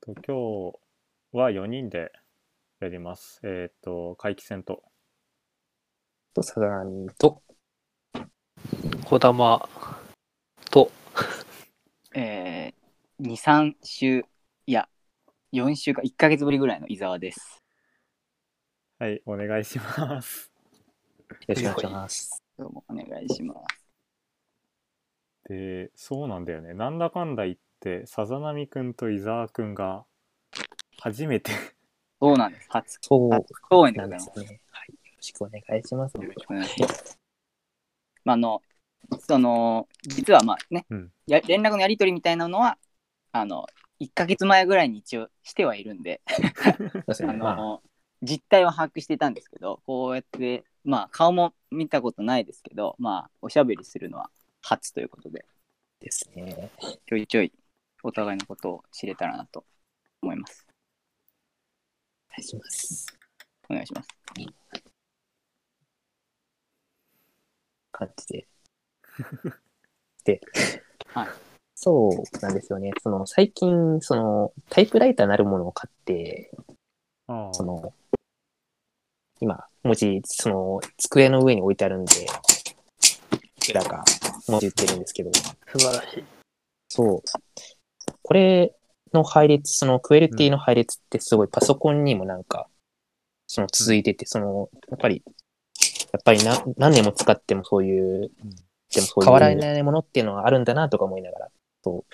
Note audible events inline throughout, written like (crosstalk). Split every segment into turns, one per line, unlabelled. と今日は4人でやります。えっ、と、回帰戦と。
と、さがみと、
小玉と、
えー、2、3週、いや、4週か、1ヶ月ぶりぐらいの伊沢です。
はい、お願いします。
よろしくお願いします。
どうもお願いします。
で、そうなんだよね。なんだかんだ言って、さざなみくんと伊沢くんが、初めて、
そうなんです。初
そう
初公演で
な
ご
ん
ざ
で
いますす。
ね。はい。よろしくお願いします。
よろしくお願いします。まあ、あの、その、実はまあね、
うん
や連絡のやり取りみたいなのは、あの、1ヶ月前ぐらいに一応してはいるんで、
確
あ
かに、まあ、
の、実態は把握してたんですけど、こうやって、まあ、顔も見たことないですけど、まあ、おしゃべりするのは初ということで、
ですね。
ちょいちょいお互いのことを知れたらなと思います。
お願いします。
お願いします。
感じで。で、
はい
そうなんですよね。その、最近、その、タイプライターなるものを買って、
あ
その、今、文字、その、机の上に置いてあるんで、裏が文字打ってるんですけど、
素晴らしい。
そう。これの配列、そのクエルティの配列ってすごいパソコンにもなんか、その続いてて、その、やっぱり、やっぱりな何年も使ってもそういう、
うん
でもそういう変わらないものっていうのはあるんだなとか思いながら、そう。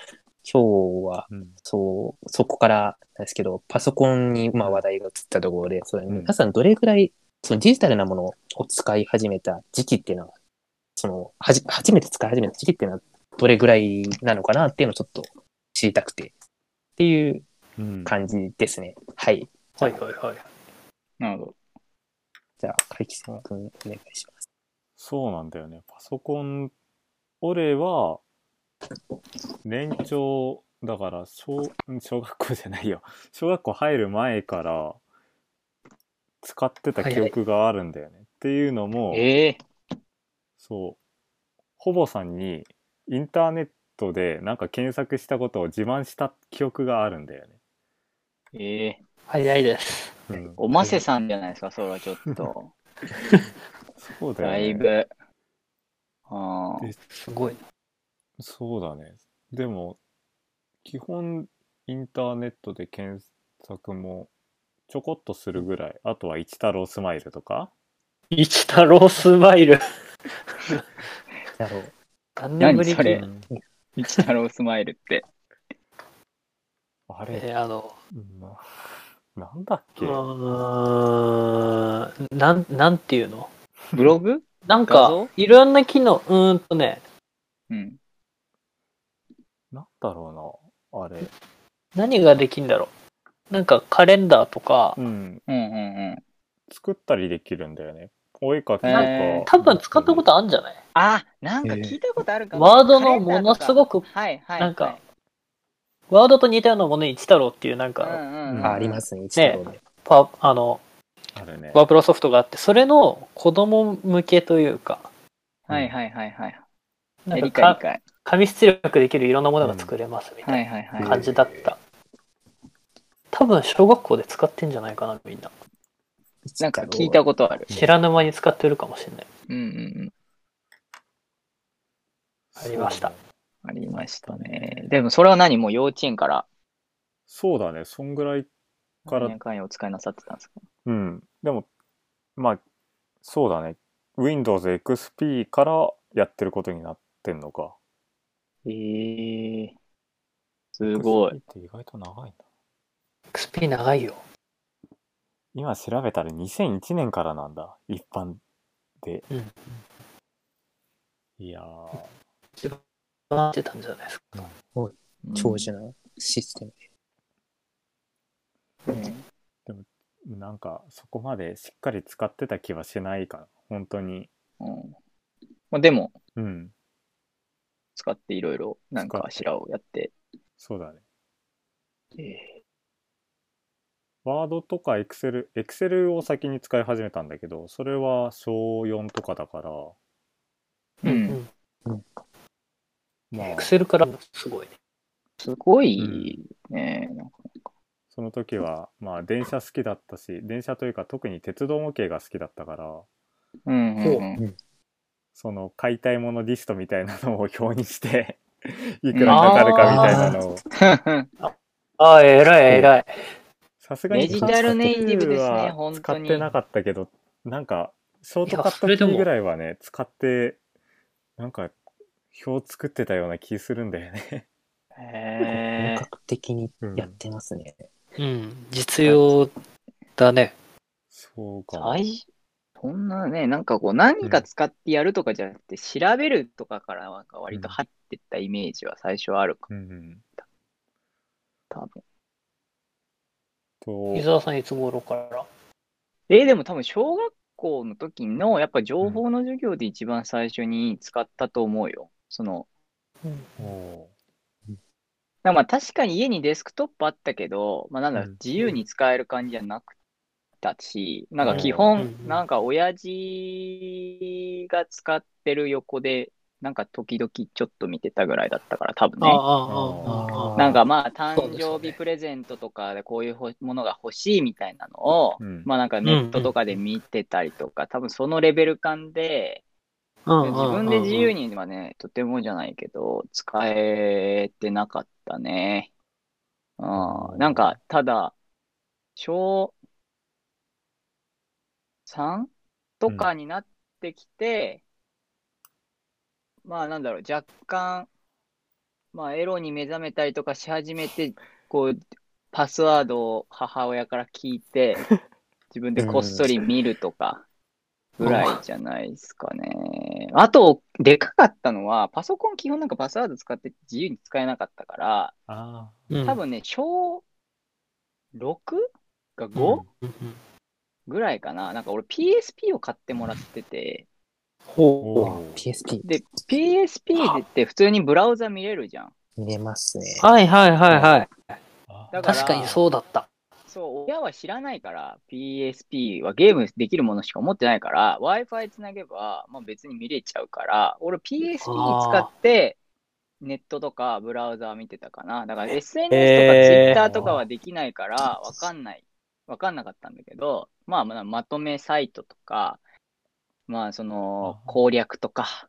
今日は、
うん、
そう、そこからなんですけど、パソコンにまあ
うん
話題が移ったところで、それ
うん
皆さんどれぐらい、そのデジタルなものを使い始めた時期っていうのは、その、はじ、初めて使い始めた時期っていうのは、どれぐらいなのかなっていうのをちょっと知りたくて、っていう
うん
感じですね。はい。
はいはいはい。
なるほど。
じゃあ、海木さん君、お願いします。
そうなんだよね。パソコン、俺は、年長、だから、小、ん小学校じゃないよ。小学校入る前から、使ってた記憶があるんだよね。っていうのも、
ええ
そう。ほぼさんに、インターネットでなんか検索したことを自慢した記憶があるんだよね。
ええ
早いです。
うん、
おませさんじゃない (laughs) ですか、それはちょっと。
そうだよ、ね。
だいぶ。ああ。
すごいな。
そうだね。でも、基本、インターネットで検索もちょこっとするぐらい。あとは、一太郎スマイルとか。
一太郎スマイル。
なるほど。
何年ぶり
何それ
に
うん
一太郎スマイルって。
あれ、
えーあの、
ななんだっ
う
け
ーん、なん、なんていうの
ブログ
なん
画
か
像、
いろんな機能、うーんとね、
うん。
なんだろうな。あれ。
何ができんだろう。なんかカレンダーとか、
うん。
うんうんうん。
作ったりできるんだよね。お絵かきと
へ
か
ー。
多分使ったことあるんじゃない
あ、なんか聞いたことあるかも。
ワードのものすごく、
はいはいはい。
なんか、ワードと似たようなものに一太郎っていうなん
うん
か、
うんうん、
あ、ありますね。一度ね。
パ、あの、
あるね。
ワープロソフトがあって、それの子供向けというか、
はいはいはいはい。
な
え
ん
理
か
解
か
理解。
紙出力できるいろんなものが作れますみたいな
はいはいはい。
感じだった、多分小学校で使ってんじゃないかなみんな
なんか聞いたことある。
知らぬ間に使ってるかもしれない
うんうんうん。
ありました
ありましたね。でもそれは何もう幼稚園から
そうだね。そんぐらいから
年間を使いなさってたんですか
うん。でも、まあ、そうだね。Windows XP からやってることになってんのか。
ええすご
XP
い。
って意外と長いんだ。
XP 長いよ
今調べたら2001年からなんだ。一般で。
うん
いやー、
一番やってたんじゃないですか
長寿なシステム。
うん。うん
なんかそこまでしっかり使ってた気はしないかな。本当に。
まあ、でも、
うん。
使っていろいろ、なんかしらをやって。
そうだね。
ええ
ワードとか Excel、Excel を先に使い始めたんだけど、それは小4とかだから、
うん。
まあ、
Excel からもすごいね
すごいね、なんか
の時はまあ電車好きだったし電車というか特に鉄道模型が好きだったから
うんうんうん
その買いたいものリストみたいなのを表にして (laughs) いくらかかるかみたいなのを
(laughs)
ああ、偉い偉い。
さすがに
デジタルネイティブ
カ
ですね
ードは
本当に
使ってなかったけどなんかショートカット
いや
キ
それで
ー
も
ぐらいはね使ってなんか表作ってたような気するんだよね。
え
本格的に
うん
やってますね。
えうん、実用だね。
そうかも。
大事そんなね、なんかこう、何か使ってやるとかじゃなくて、調べるとかからなんか割と入ってったイメージは最初はあるか
うんうん、
も、多分。
と
伊沢さんいつ頃から
えーでも多分、小学校の時の、やっぱ情報の授業で一番最初に使ったと思うよ。その、
お
だからまあ確かに家にデスクトップあったけど、まあなんだろう、
うん
自由に使える感じじゃなくたし、なんか基
うんうんう
本、
ん
なんか親父が使ってる横で、なんか時々ちょっと見てたぐらいだったから、多分
ああ、
ね。
ああ、ああ。
なんかまあ
そう
誕
ですよ
生日
ね
プレゼントとかでこういうほものが欲しいみたいなのを、
うん
まあなんかネットとかで見てたりとか、多分そのレベル感で、
うん
自分で自由にはね、とてもじゃないけど、使えてなかったね。うん、なんか、ただ、小 3? とかになってきて、まあなんだろう、若干、まあエロに目覚めたりとかし始めて、こう、パスワードを母親から聞
(laughs)
いて、自分でこっそり見るとか、ぐらいじゃないですかね。あと、でかかったのは、パソコン基本なんかパスワード使って自由に使えなかったから、
あ
うん
多、分ね、小 6? か 5?、
うん
うんうん
ぐらいかな。なんか俺 PSP を買ってもらってて、
ー
ほ
おー
PSP
で、PSP でって普通にブラウザ見れるじゃん。
見れますね。
う。はいはいはいはい。
あ
だから
確かにそうだった。
そう、親は知らないから、PSP はゲームできるものしか持ってないから、Wi-Fi つなげば、まあ、別に見れちゃうから、俺 PSP 使って、ネットとかブラウザー見てたかな。だから SNS とか
へー
Twitter とかはできないから、わかんない。わかんなかったんだけど、まあまあ、まとめサイトとか、まあその
あー
攻略とか、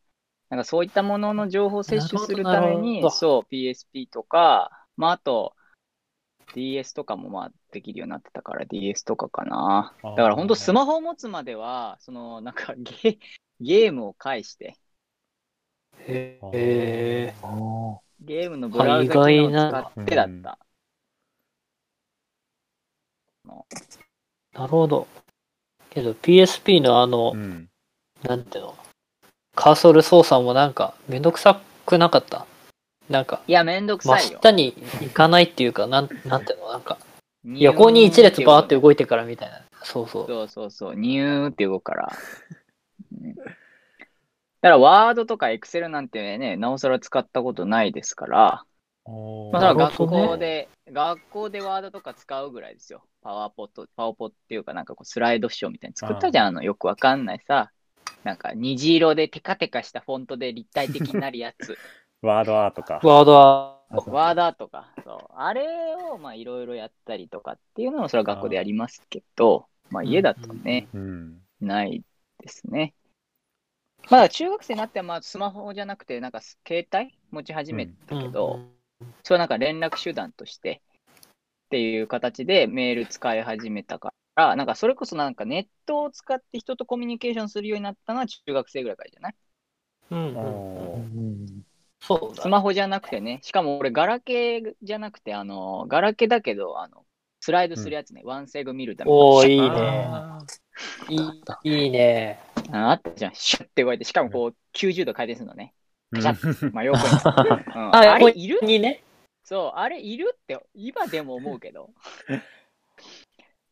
なんかそういったものの情報を摂取するた
なる
め
ほどなるほ
に、
ど
そう、PSP とか、まああと、DS とかもまあできるようになってたから DS とかかな。
あー
だから本当スマホを持つまでは、そのなんか (laughs) ゲゲームを介して、
へ
あー
え。
ゲームのブラウザ機能を使ってだった。
なるほど。けど PSP のあの
う、ん、
なんていうの、カーソル操作もなんか、めんどくさくなかった。なんか、
いや、めんどく
真
さいよ。
下に行かないっていうか、なん、なんていうの、なんか、
ニュー
横に一列バーって動いてからみたいな。そうそう。
そうそうそう、ニューって動くから。うんだから、ワードとかエクセルなんてね、なおさら使ったことないですから、
おー
まあ、それは
なる
学
ほどね
校で、学校でワードとか使うぐらいですよ。パワーポット、パワポっていうか、なんかこうスライドショーみたいに作ったじゃん、あの、よくわかんないさ。なんか虹色でテカテカしたフォントで立体的になるや
(laughs)
つ。
ワードアートか。
ワードは、
ワーダーとか、そう。あれを、まあ、いろいろやったりとかっていうのも、それは学校でやりますけど、まあ、家だとね、
うん、
ないですね。まだ中学生になってはまあスマホじゃなくて、なんか携帯持ち始めたけど、それはなんか連絡手段としてっていう形でメール使い始めたから、なんかそれこそなんかネットを使って人とコミュニケーションするようになったのは中学生ぐらいからじゃない
うんうん
お
う
ー
う
ん。
ん
そうだ。
スマホじゃなくてね、しかも俺ガラケーじゃなくて、あの、ガラケーだけど、あの、スライドするやつね、ワンセグ見るために
おー、いいね。
あ
いいいいね。
ああったじゃん、シュッて動いて、しかもこう90度回転するのね。
ー
ガチャ
うん
真
(laughs)
横に。うん、あ
あ
れいる
にね。
そう、あれいるって今でも思うけど。
(laughs)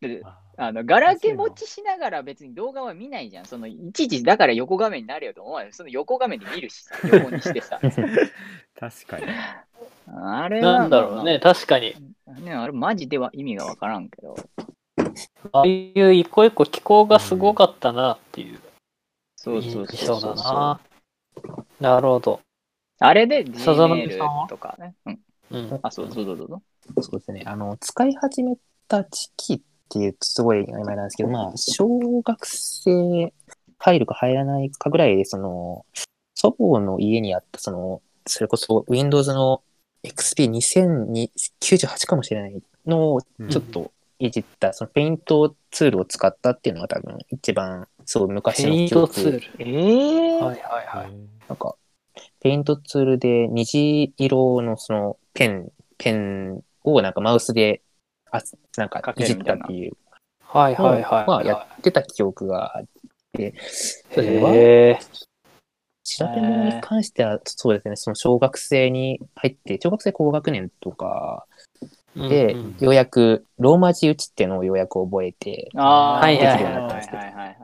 で
あー
あのガラケー持ちしながら別に動画は見ないじゃん。そのいちいちだから横画面になるよと思わない。その横画面で見るし
(laughs)
さ、横にしてさ。
(laughs) 確かに。
あれは
なんだろうね。。確かに。
ねあれマジでは意味がわからんけど。
ああいう一個一個気候がすごかったなっていう
そうそう
印
そ
象
うそ
だ
う
な。なるほど。
あれで
さざなみさんは
Gmail とかね。うん、
うん。
あ、そうそうそうそう。
そうですね。あの、使い始めた時期っていうとすごい曖昧なんですけど、まあ、小学生入るか入らないかぐらいで、その、祖母の家にあった、その、それこそ Windows の XP2098 かもしれないのをちょっといじった、そのペイントツールを使ったっていうのが多分一番、そう昔
ペ
の
イン
記
ト
憶。
ツール。
えー
はいはいはい。
なんか、ペイントツールで虹色のそのペン、ペンをなんかマウスで、あなんかいじったっていう
はい
のを
はいはい。
まあ、やってた記憶があって、それは
へえ。
調べ物に関しては、そうですね、その小学生に入って、小学生高学年とかで、
うんうん
ようやくローマ字打ちっていうのをようやく覚えて、
あー
はいはいはい
はいはいはいはい。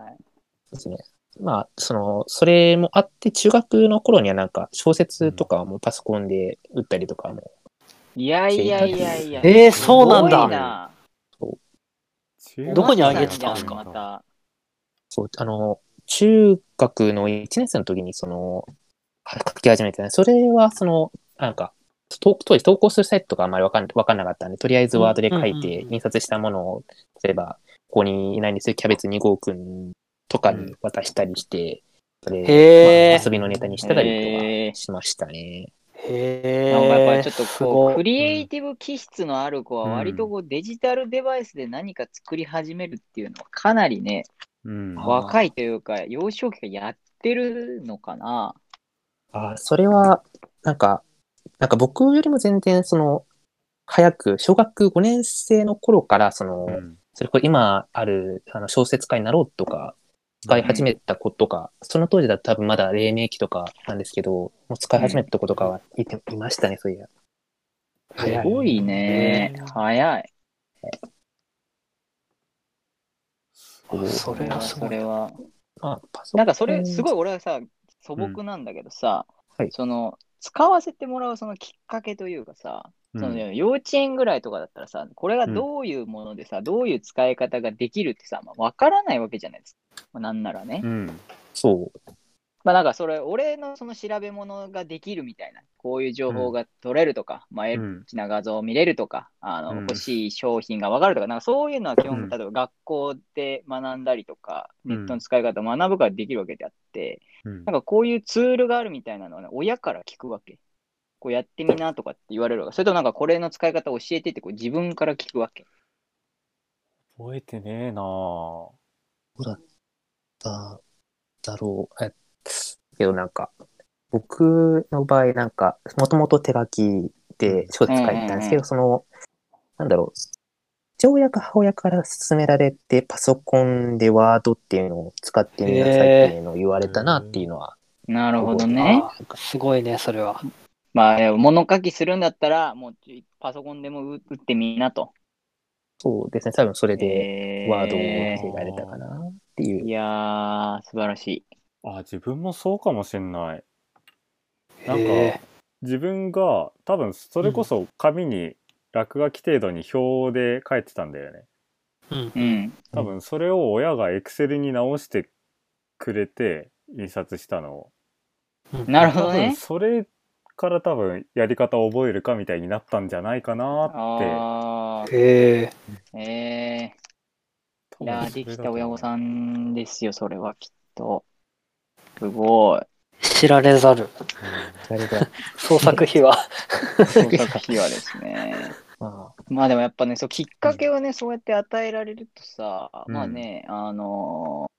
ですね。まあ、その、それもあって、中学の頃にはなんか小説とかもパソコンで打ったりとかも、
いやいやいやいや。
えー、そうなん
すごい
だ。
な
中
どこにあげてたんですか
また
そう、あの、中学の1年生の時に、その、書き始めてね、それは、その、なんか、と当時投稿するサイトとかあんまりわかんわかんなかったんで、とりあえずワードで書
うん
い
うん
て
う、ん
印刷したものを、例えば、ここにいないんですよ、キャベツ2号くんとかに渡したりして、それ、
へ
まあ
ー
遊びのネタにしてたりと
へ
かしましたね。
へえ。
なんかやっぱりちょっ
す
とこ
ご
う
い
クリエイティブ気質のある子は割とこうデジタルデバイスで何か作り始めるっていうのはかなりね、
うん。
あー
若いというか幼少期がやってるのかな。
あーそれは、なんか、なんか僕よりも全然、その、早く、小学5年生の頃から、その、
うん
それこそ今あるあの小説家になろうとか、使い始めた子とか、その当時だと多分まだ黎明期とかなんですけど、もう使い始めた子とかはいていましたね、そういや。
すごいね。早い。
あそれはす
そ
ごい
れ。は。
まあ、パソコン
なんかそれすごい俺はさ、素朴なんだけどさ、
はい
その使わせてもらうそのきっかけというかさ、その幼稚園ぐらいとかだったらさ、これがどういうものでさ、どういう使い方ができるってさ、まあ、わからないわけじゃないですか。まあなんならね。
うん。
そう。
まあなんかそれ、俺のその調べ物ができるみたいな、こういう情報が取れるとか、まあエ
う
ッ
ん。
チな画像を見れるとか、あの
うん
欲しい商品が分かるとか、なんかそういうのは基
う
本、
ん
例えば学校で学んだりとか、
うん
ネットの使い方を学ぶからできるわけであって、
うん
なんかこういうツールがあるみたいなのはね、親から聞くわけ。こうやってみなとかって言われるわけ。それともなんかこれの使い方教えてってこう自分から聞くわけ。
覚えてねえなぁ。
だだろう。えけどなんか、僕の場合なんか、もともと手書きで小説書いてたんですけ
うんうんう
ど、その、なんだろう。父親か母親から勧められて、パソコンでワードっていうのを使ってみなさいっていうのを言われたなっていうのは、
なるほどね。
あーすごいね、それは。
まあでも物書きするんだったら、もうパソコンでも打打ってみなと。
そうですね、多分それで
えー
ワードを教えられたかなっていう。
いやー、素晴らしい。
あ、自分もそうかもしんない。なんか
へ
自分が多分それこそ紙に落書き程度に表で書いてたんだよね。
ーうん
うん。
多分それを親がエクセルに直してくれて印刷したのを。
うん
なるほ
多
ど
分
ね。
それから多分やり方を覚えるかみたいになったんじゃないかなって
ああ、
へえ。
え
多分それだと思
ー、い
う。
やー、できた親御さんですよ、それはきっと。す (laughs) ごい。
知られざる。
なるほど
創作秘 (laughs) 話。
創作秘話ですね。
(laughs) まあ、
まあでもやっぱね、そうきっかけをね、そうやって与えられるとさ、
うん
まあね、あのー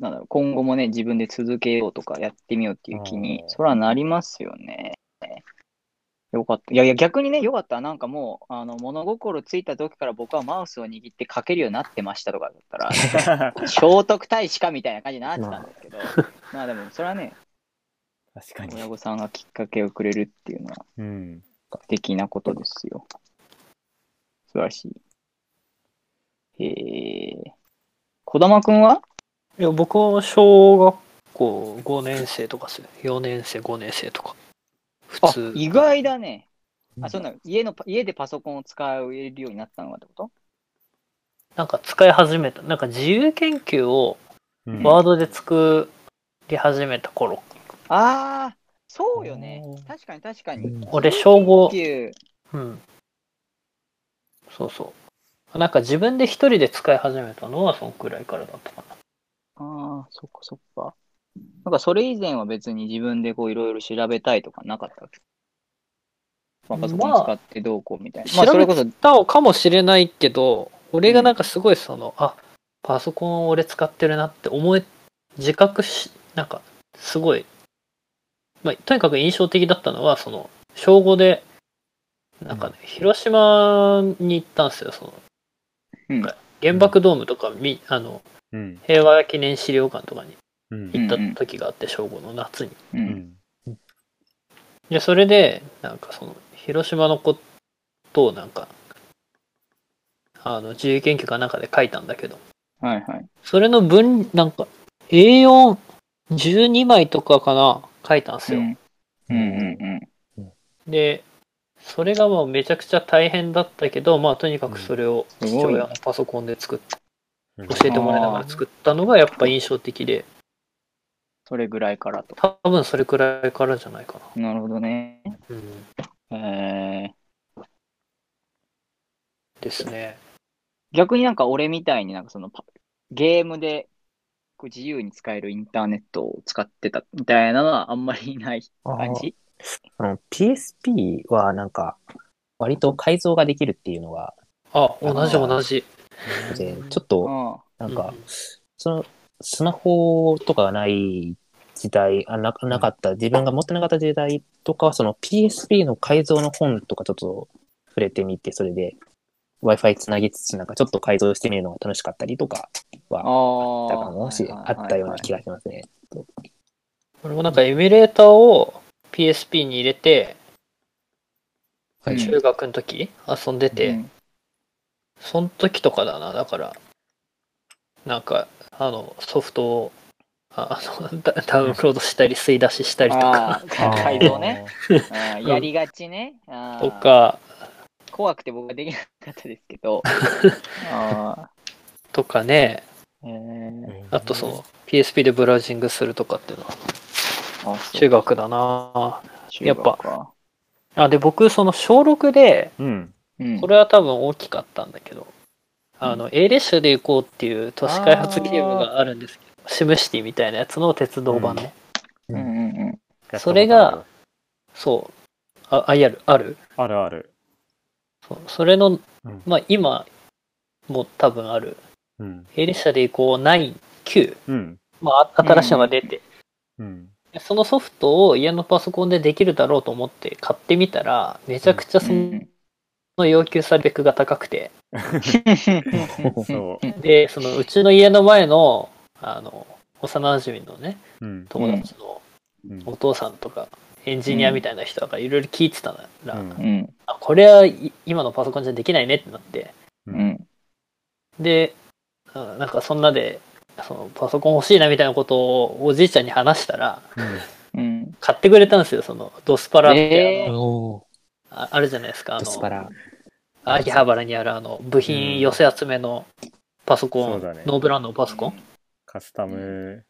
なんだろう、今後もね、自分で続けようとか、やってみようっていう気に
う、ん
そらなりますよね。よかった。いやいや、逆にね、よかった。なんかもう、あの、物心ついた時から僕はマウスを握って書けるようになってましたとかだったら、
(laughs)
聖徳太子かみたいな感じになってたんですけど、まあでも、それはね、
確か
親
に。
御さんがきっかけをくれるっていうのは、
うん。
的なことですよ。素晴らしい。へえ。児玉くんはい
や、僕は小学校5年生とかですよ。4年生、5年生とか。普
あ
通。、
意外だね。
うん
あ、そうなの家のパ、家でパソコンを使えるようになったのかってこと
なんか使い始めた。なんか自由研究を
うん
ワードで作り始めた頃。
ああ、そうよね
お。ー
確かに確か
う
に。
ん
俺、小5
って。いう
うん。そうそう。なんか自分で一人で使い始めたのはそんくらいからだったかな。
ああ、そっかそっか。なんかそれ以前は別に自分でこういろいろ調べたいとかなかったっけまあパソコン使ってどうこうみたいな。まあそれこそ、
たおかもしれないけど、俺がなんかすごいその、あ、パソコン俺使ってるなって思え、自覚し、なんかすごい、まあとにかく印象的だったのは、その、小5で、なんかね、広島に行ったんですよ、その、
うん
原爆ドームとかみ、あの、
うん。
平和記念資料館とかに
うん。
行った時があって、小5の夏に。
う。
うんん。
で、それで、なんかその、広島のことをなんか、あの、自由研究かなんかで書いたんだけど、
はいはい。
それの分、なんか、A4、12枚とかかな、書いたんです
う
よ。
んうんうん
で、それがもうめちゃくちゃ大変だったけど、まあとにかくそれを
うん
父親のパソコンで作っ
うん
教えてもらいながら作ったのがやっぱ印象的で、
それぐらいからと。
多分それくらいからじゃないか
なるほどね。
な。うん。
えー、
ですね。
逆になんか俺みたいになんかそのパゲームでこう自由に使えるインターネットを使ってたみたいなのはあんまりいない感じ
あの PSP はなんか、割と改造ができるっていうのが、
あ、同じ同じ。
でちょっ
う
と、
ん。
なん
う
か
ん、
その、スマホとかがない時代、あななかった、自分が持ってなかった時代とかは、その PSP の改造の本とかちょっと触れてみて、それで Wi-Fi つなぎつつ、なんかちょっと改造してみるのが楽しかったりとか
あ
は、あったかもし、あったような気がしますね。
俺もなんかエミュレーターを PSP に入れて、
はい
中学の時遊んでて、その時とかだな、だから、なんか、あの、ソフトを、ああのダダウンロードしたり、吸い出ししたりと
あ
か、
あ、改造ね。。
(laughs)
あーやりがちね。あー
とか、
怖くて僕はできなかったです
(laughs)
けど。あ
とかね、
ーえー
うん
あとその、PSP でブラウジングするとかっていうのは、
あそう
中学だな
中学か
あ、で、僕、その、小6で、
うん。
うん
これは多分大きかったんだけど、あの、A 列車で行こうっていう都市開発ゲームがあるんですけど、シムシティみたいなやつの鉄道版ね。
うんうんうん
それが、そう。あ、あ、やる、ある
あるある。
そうそれの
うん、
まあ今も多分ある。
うん。
A 列車でこう、9、9。
うん。
まああ新しいのが出て、
うん。
そのソフトを家のパソコンでできるだろうと思って買ってみたら、めちゃくちゃそ
うん
の要求されるベクが高くて、
そ
で、 (laughs) そのうちの家の前の、あの、幼馴染のね、
う。うん。
友達
う
の
ん
お父さんとか、エンジニアみたいな人がいろいろ聞いてたら、
うん
うん
あこれはい今のパソコンじゃできないねってなって、
うん
で、うんなんかそんなで、そのパソコン欲しいなみたいなことをおじいちゃんに話したら、
うん
買ってくれたんですよ、そのドスパラって、
え
あの
おお。
ああるじゃないですか、あ
ドスパ
の、
ラ。
秋葉原にあるあの、部品寄せ集めのパソコン、
そうだね
ノーブランドのパソコン、
カスタム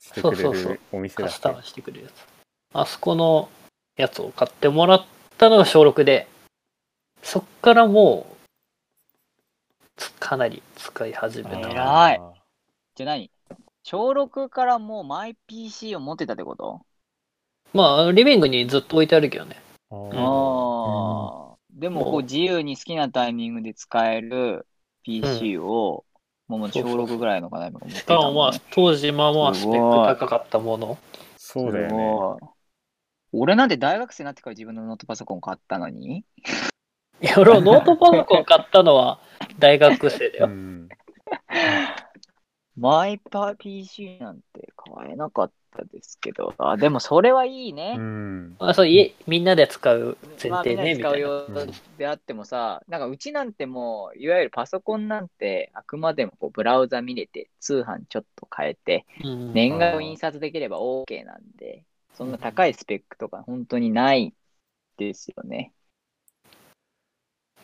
してくれ
そうそうそう
るお店だ
カ
っ
ス
け
タムしてくれるやつ。あそこのやつを買ってもらったのが小6で、そっからもう、つかなり使い始めたな。
偉いじゃあ何小6からもうマイ PC を持ってたってこと
まあ、リビングにずっと置いてあるけどね。
あー
うん
ああ。でもこう自由に好きなタイミングで使える PC を、もうもう小6ぐらいのかな、今思って
したか
の
もまあ
ね、
当時まあまあスペック高かったもの。
そうだよね。
すごい俺なんて大学生になってから自分のノートパソコン買ったのに。
いや、俺はノートパソコン買ったのは大学生だ
う
よ。
ん。
マイパー PC なんて買えなかったですけど。あ、でもそれはいいね。
うん。
まあそういみんなで使う前
まあ、み
提
んな
ね、
で
み
使
た
う
いな。
よ
うん
うであってもさ、なんかうちなんてもう、いわゆるパソコンなんて、あくまでもこうブラウザ見れて、通販ちょっと変えて、
うん
年賀を印刷できれば OK なんで、そんな高いスペックとか本当にないですよね。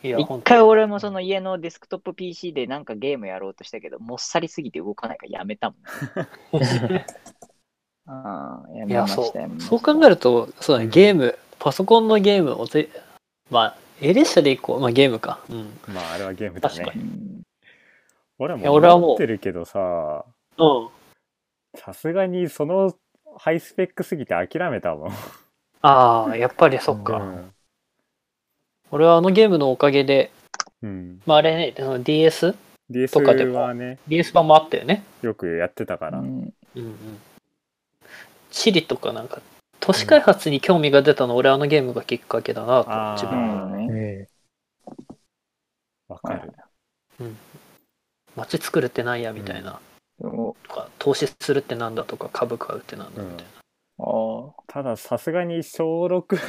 いや、
一
本
回
当
俺もその家のデスクトップ PC でなんかゲームやろうとしたけど、もっさりすぎて動かないからやめたもん。ああ、や
い
め
や、
まし
そ
たやめま
う。
した
そう考えると、そうだね、ゲーム、パソコンのゲームをぜ、まあ、エレッシャでいこう。まあゲームか。うん。
まあ、あれはゲームだね
確か。
うん
俺はも
いや俺はもう
持ってるけどさ、
うん。
さすがにそのハイスペックすぎて諦めたもん。
ああ、やっぱりそっ
う
か。
ん。
俺はあのゲームのおかげで、
うん、
まああれね、その DS?DS
DS
とかでも
はね、
版もあったよね。
よくやってたから。
うん
うんうん。チリとかなんか、都市開発に興味が出たの、俺あのゲームがきっかけだなと、
あ
自
ー
分。
なるほどね
うん。
わかる。
街作るってなんやみたいな、
そう
とか、投資するってなんだとか、株買うってなんだみたいな。
ああ、
たださすがに小6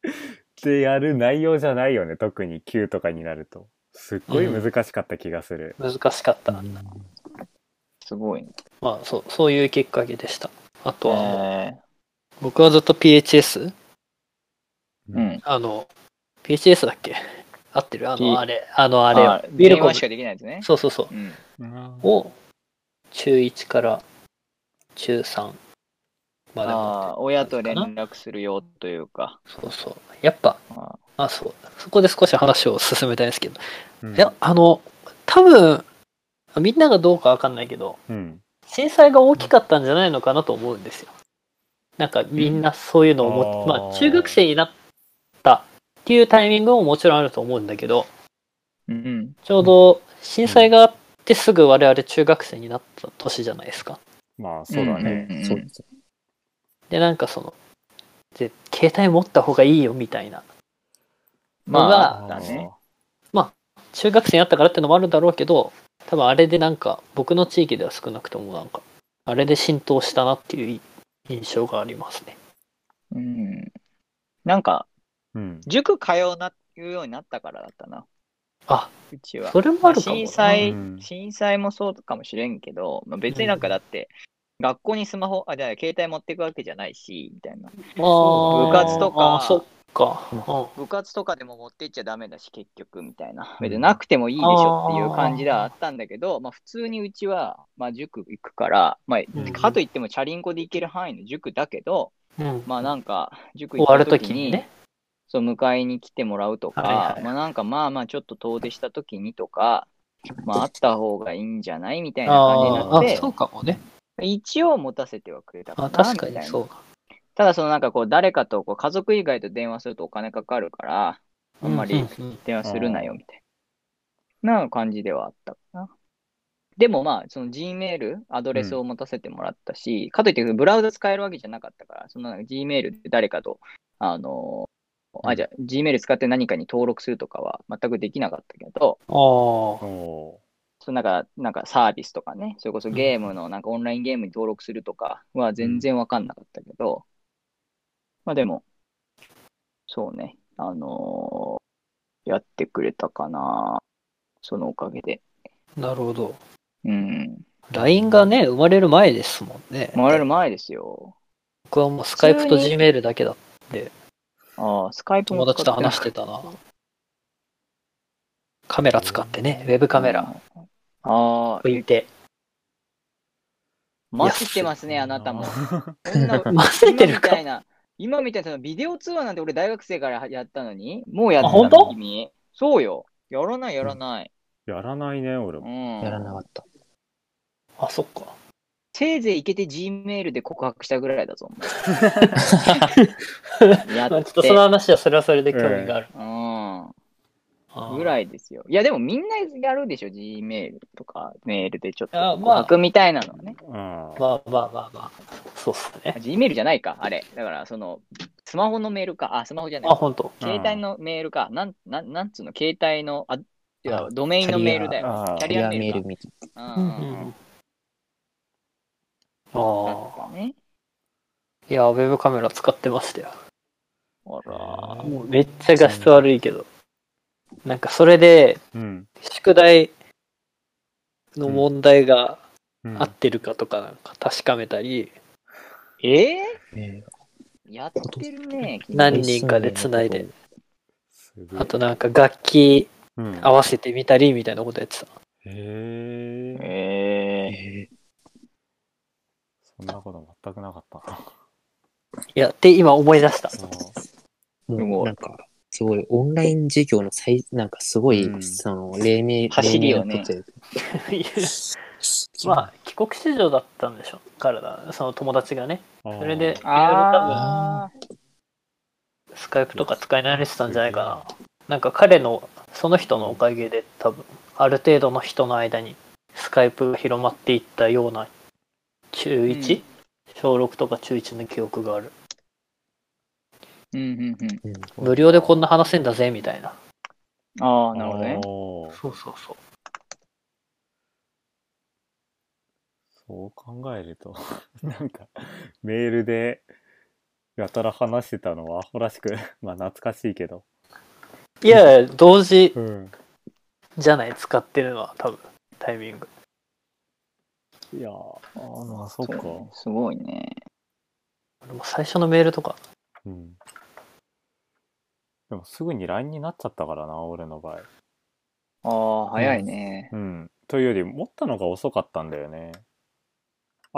(laughs) でやる内容じゃないよね。特に9とかになると。すっごい難しかった気がする。
難しかった。
すごいね。
まあそう、そういうきっかけでした。あとはもう、
え
僕はずっと PHS?
ーうん。
あの、PHS だっけ合ってるあ
P-
の、あれ、あの、あ
あ
れを、ビル
電
コム
話し。かできないですね。
そうそうそう
う。ん。
うん
を中1から中3まで持
ああ、親と連絡するよというか。
ってそうそうやっぱ
あ
あそうそこで少し話を進めたいんですけど、
うん
いやあの多分みんながどうかわかんないけど
うん。
震災が大きかったんじゃないのかなと思うんですよなんかみんなそういうのを思って、
うんあー
まあ中学生になったっていうタイミングももちろんあると思うんだけど
ーうん。
ちょうど震災があってすぐ我々中学生になった年じゃないですか
まあそうだね。
んんん
そうです。
でなんかそので携帯持った方がいいよみたいな
まあ、
あ
だね。
中学生になったからってのもあるだろうけど多分あれでなんか僕の地域では少なくともなんかあれで浸透したなっていう印象がありますね
うん。なんか、
うん。
塾通うな、いうようになったからだったな。
あ
うちは。
それもあるかも
震災
う、ん
震災もそうかもしれんけど、まあ、別になんかだって、学校にスマホ、あ、じゃあ携帯持っていくわけじゃないし、みたいな。
あ
部活とか
あーそっか、
部活とかでも持っていっちゃダメだし、結局、みたいな。別になくてもいいでしょっていう感じではあったんだけど、まあ普通にうちは、まあ塾行くから、ま
ん
あ、かといってもチャリンコで行ける範囲の塾だけど、
うんうん、
まあなんか、塾
終
行
わ
った
ると
時
き
に、
にね
そう、迎えに来てもらうとか、
はいはいはい
まあなんかまあまあちょっと遠出した時にとか、まああった方がいいんじゃないみたいな感じに
あ
なっ
ー
て
あ、そうかもね
一応持たせてはくれたかな
あ確か
みた
に
いな
そうか
ただそのなんかこう誰かとこう家族以外と電話するとお金かかるから、あんまり
うんうんうん
電話するなよみたいなな感じではあったかな。でもまあ、その Gmail、アドレスを持たせてもらったし、かといってブラウザ使えるわけじゃなかったから、そのなんか Gmail で誰かと、あのー
う
あ、
ん
じゃあ Gmail 使って何かに登録するとかは全くできなかったけど、
あー
おー
そのなんか、なんかサービスとかね、それこそゲームの、なんかオンラインゲームに登録するとかは全然わかんなかったけど、まあでも、そうね、あのーやってくれたかな、そのおかげで。
なるほど
うん。
LINE がね生まれる前ですもんね
回れる前ですよ。
僕はもうスカイプと
普通
Gmail だけだ
ああ、スカイプ
友
も
達と話してたなカメラ使ってねウェブカメラ。
ああ、
拭いて
待ってますね、あなたも。こんな
混ぜてる
今みた
か
いな、今みたいなそのビデオ通話なんて俺大学生からやったのに、もうやって
あ
たの
本当
君そうよ。やらない、やらない。
(laughs) やらないね、俺
う
も。
ん。
やらなかった。
あそっか
せいぜいいけて G メールで告白したぐらいだ
(laughs)
ぞ、お前や
まあ
っ
ちょっとその
て。
話はそれはそれで興味がある、
うん。ぐ
い
らいですよ。いや、でもみんなやるでしょ、G メールとか、メールでちょっと
あ
告
まあ
白みたいなのはね。
うん。
まあまあまあまあそうっすね
G メールじゃないか、あれ。だから、その、スマホのメールか、あ、スマホじゃな
あ
い。
本当
うん
携帯のメールか、なん、なん、なんつうの、携帯の、あ、いや
あ、
ドメインのメールだよ。
あ
キャ
ク
リ
リ
ア
ア
メ
メ
ー
ー
ル
ルみたい
か。
う
う
う
んんうんうん
ん
なん
ああ
かね。
いやウェブカメラ使ってましたよ
あら。
あ
もうめっちゃ画質悪いけどなんかそれで
うん。
宿題の問題が
うん
合ってるかとかなんか確かめたり、
ええ
な。え
やってるね。君
何人かで繋いで。
すごい
あとなんか楽器
うん。へ
合わせてみたりみたいなことやってた。
え。
ええ
え
そんなこと全くなかったな。
いや、って今思い出した。
そう
ー。もうなんか、すごい、オンライン授業の最、なんかすごい、
うん
その、黎明、
走りを
黎明
ね
のことで
いや (laughs) まあ、帰国子女だったんでしょ、彼ら、その友達がね。
あー
それで、いろいろ多
あ
分、スカイプとか使い慣れてたんじゃないかな。なんか彼の、その人のおかげで、多分、ある程度の人の間に、スカイプが広まっていったような、中 1?、
うん
小6とか中1の記憶がある。
ーうんうんうん。
無料でこんな話せんだぜ、みたいな。
ああ、なるほどね
あ。ー
そうそうそう。
そう考えると (laughs) なんかメールでやたら話してたのはアホらしく (laughs) まあ懐かしいけど、
いやいや、同時
うん、
じゃない、使ってるのは、多分、タイミング。
いやーあーまあそっか
すごいね。
俺も最初のメールとか、
うんでもすぐに LINE になっちゃったからな俺の場合
ああ、早いね。
うんというより持ったのが遅かったんだよね
ス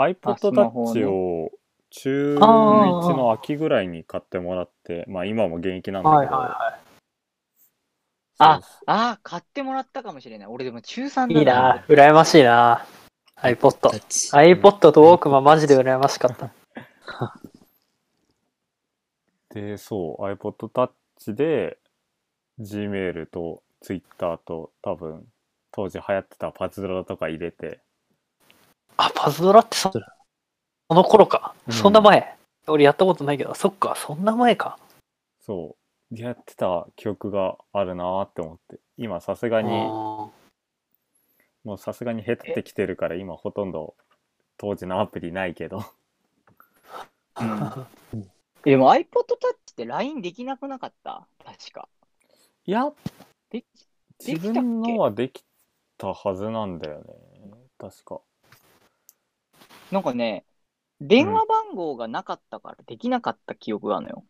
マホ
iPod Touch
の
を中1
あー
の秋ぐらいに買ってもらってまあ今も現役なんだけど、
はいはいは
そうそう
ああ、買ってもらったかもしれない。俺でも中3だ
い。いいな、羨ましいな。iPod。
す。
iPod とウォークマンマジで羨ましかった。
で、そう、iPod Touch で、Gmail と Twitter と、多分、当時流行ってたパズドラとか入れて、
あ、パズドラってそその頃か。
うん
そんな前。俺やったことないけど、そっか、そんな前か。
そう、やってた記憶があるなーって思って、今さすがに、
あ
もうさすがに減ってきてるから、今ほとんど当時のアプリないけど、
うん
ー
でも iPod Touch って LINE できなくなかった確か。
いや、
でき
自分のはできたはずなんだよね。確か。
なんかね、電話番号がなかったからできなかった記憶があるのよ。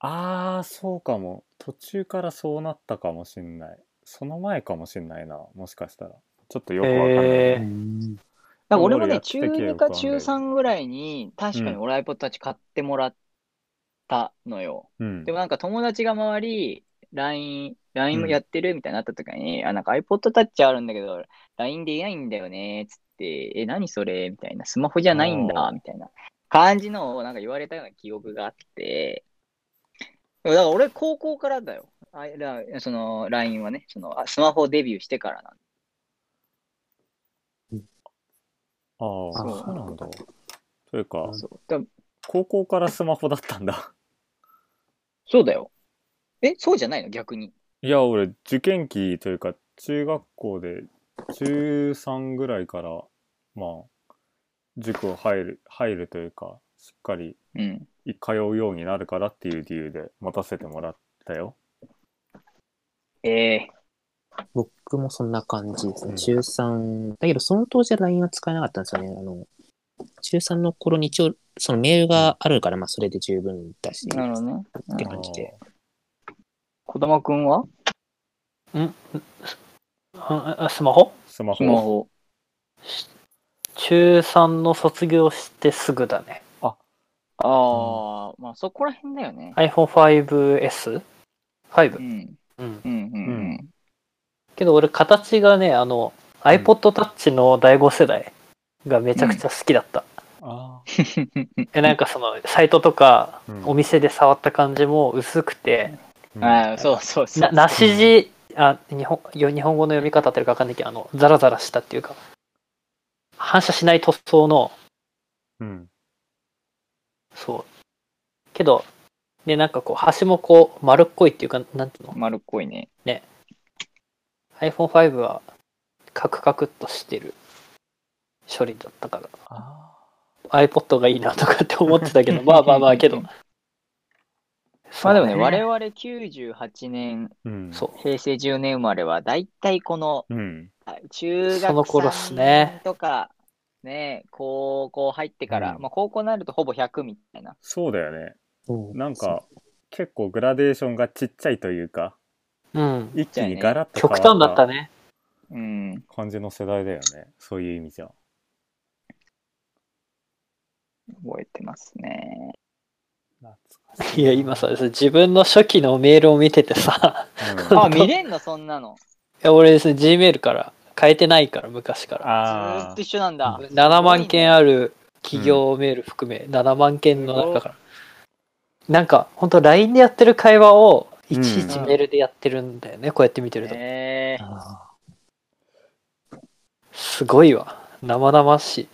あー、そうかも。途中からそうなったかもしんない。その前かもしんないな、もしかしたら。ちょっとよくわかんない。
へー
うん
なんか俺もね、
俺
中
やってた記
2
憶あ
か
る
中3ぐらいに、確かに俺 iPod Touch 買ってもらったのよ。
うん
でもなんか友達が周り、LINE、LINE もやってるみたいになった時に、あ、なんか iPod Touch あるんだけど、LINE でいないんだよね、つって、え、何それみたいな、スマホじゃないん
あ
だ、みたいな感じのをなんか言われたような記憶があって、だから俺高校からだよ。あだその LINE はね、そのあスマホデビューしてからなん
ああ、
あ
そうなんだ。というか
だ。、そうだ
高校からスマホだったんだ。 (laughs)
そうだよ。え、そうじゃないの逆に。
いや、俺、受験期というか、中学校で、中3ぐらいから、まあ、塾を入る、入るというか、しっかり
うん。
通うようになるからっていう理由で待たせてもらったよ。
ええ
僕もそんな感じです
う
ね。
ん
中3。だけど、その当時は LINE は使えなかったんですよね。あの、中3の頃に一応、そのメールがあるから、まあ、それで十分だし、
なるほどね。
って感じで。
児玉くんは
ああスマホ
スマ
ス
ホ。
マホ。
中3の卒業してすぐだね。
ああ、まあそこら辺だよね。
iPhone5S?5?
うん。
うん。
うんうんうん。
けど俺、形がね、あの、iPod Touch の第5世代がめちゃくちゃ好きだった。
あ
え、なんかその、サイトとか、
あ、うん
お店で触った感じも薄くて、
うん
ああ、そうそうそう
な。なし字あ日本よ日本語の読み方合ってるか分かんないけどあのザラザラしたっていうか反射しない塗装の
うん。
そうけどでなんかこう端もこう丸っこいっていうかなんていうの
丸っこいね。
iPhone5 はカクカクっとしてる処理だったから
あ
iPod がいいなとかって思ってたけど (laughs) まあまあまあけど
まあでもね、
そう
我々98年、
ーうん。
そう
平成10年生まれは、だいたいこの、
う。うん。
あ中
その
学
頃っすね
3とか、ね、高校入ってから、
うん
まあ高校になるとほぼ100みたいな。
そうだよね。
うん
なんか、結構グラデーションがちっちゃいというか、
うん
一気にガラッと
極端だった
ね
ね
うん。
感じの世代だよねそういう意味じゃ
覚えてますね。
懐か
いや、今さ、自分の初期のメールを見ててさ、 (laughs)
うん
あ、見れんのそんなの。
いや俺ですね、Gmail から変えてないから、昔から。
ず
あ
ー
あ
っと。一緒なんだ。
7万件ある企業メール含め、7万件の中から。なんか、本当 LINE でやってる会話を、いちいちメールでやってるんだよね、こうやって見てると。
えー、
すごいわ。生々し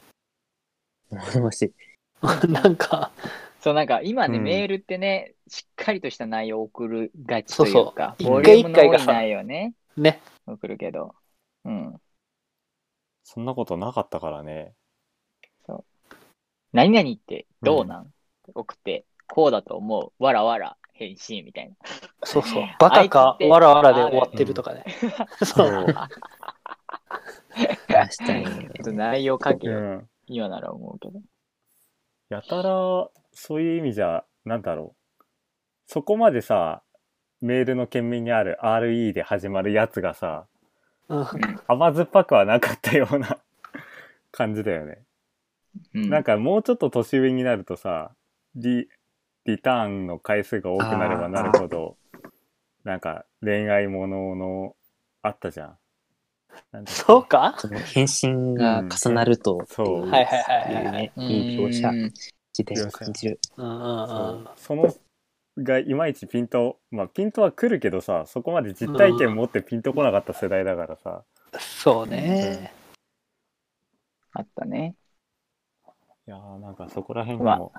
(laughs) もし、
い。 (laughs) なんか、
そうなんか今ね、
うん
メールってね、しっかりとした内容を送るがちというか、
そうそう
ボリュームの
一回一回が
多い
さ
内容ね、
ね。
送るけど。うん。
そんなことなかったからね。
何々ってどうなん、送って、こうだと思う。わらわら、返信みたいな。
そう (laughs) そう。バカか、わらわらで終わってるとかね。そう。
う。
出したいね。
ちょっと内容書け
う
よ、
ん。
今なら思うけど。
やたら、そういう意味じゃ、なんだろう。そこまでさ、メールの件名にある RE で始まるやつがさ、
うん
甘酸っぱくはなかったような (laughs) 感じだよね。
うん、
なんかもうちょっと年上になるとさ、リ、リターンの回数が多くなればなるほど、なんか恋愛もののあったじゃん。なんだっけ
そうか
その返信が重なると、ってい
そう
はいはいはいはい
ね、いい描写、
うん
時代を感じる。
うんうんう
そ
ん
う。そのがいまいちピンとまあピントは来るけどさそこまで実体験持ってピンとこなかった世代だからさ、
そうね。
あったね。
いやーなんかそこら辺にも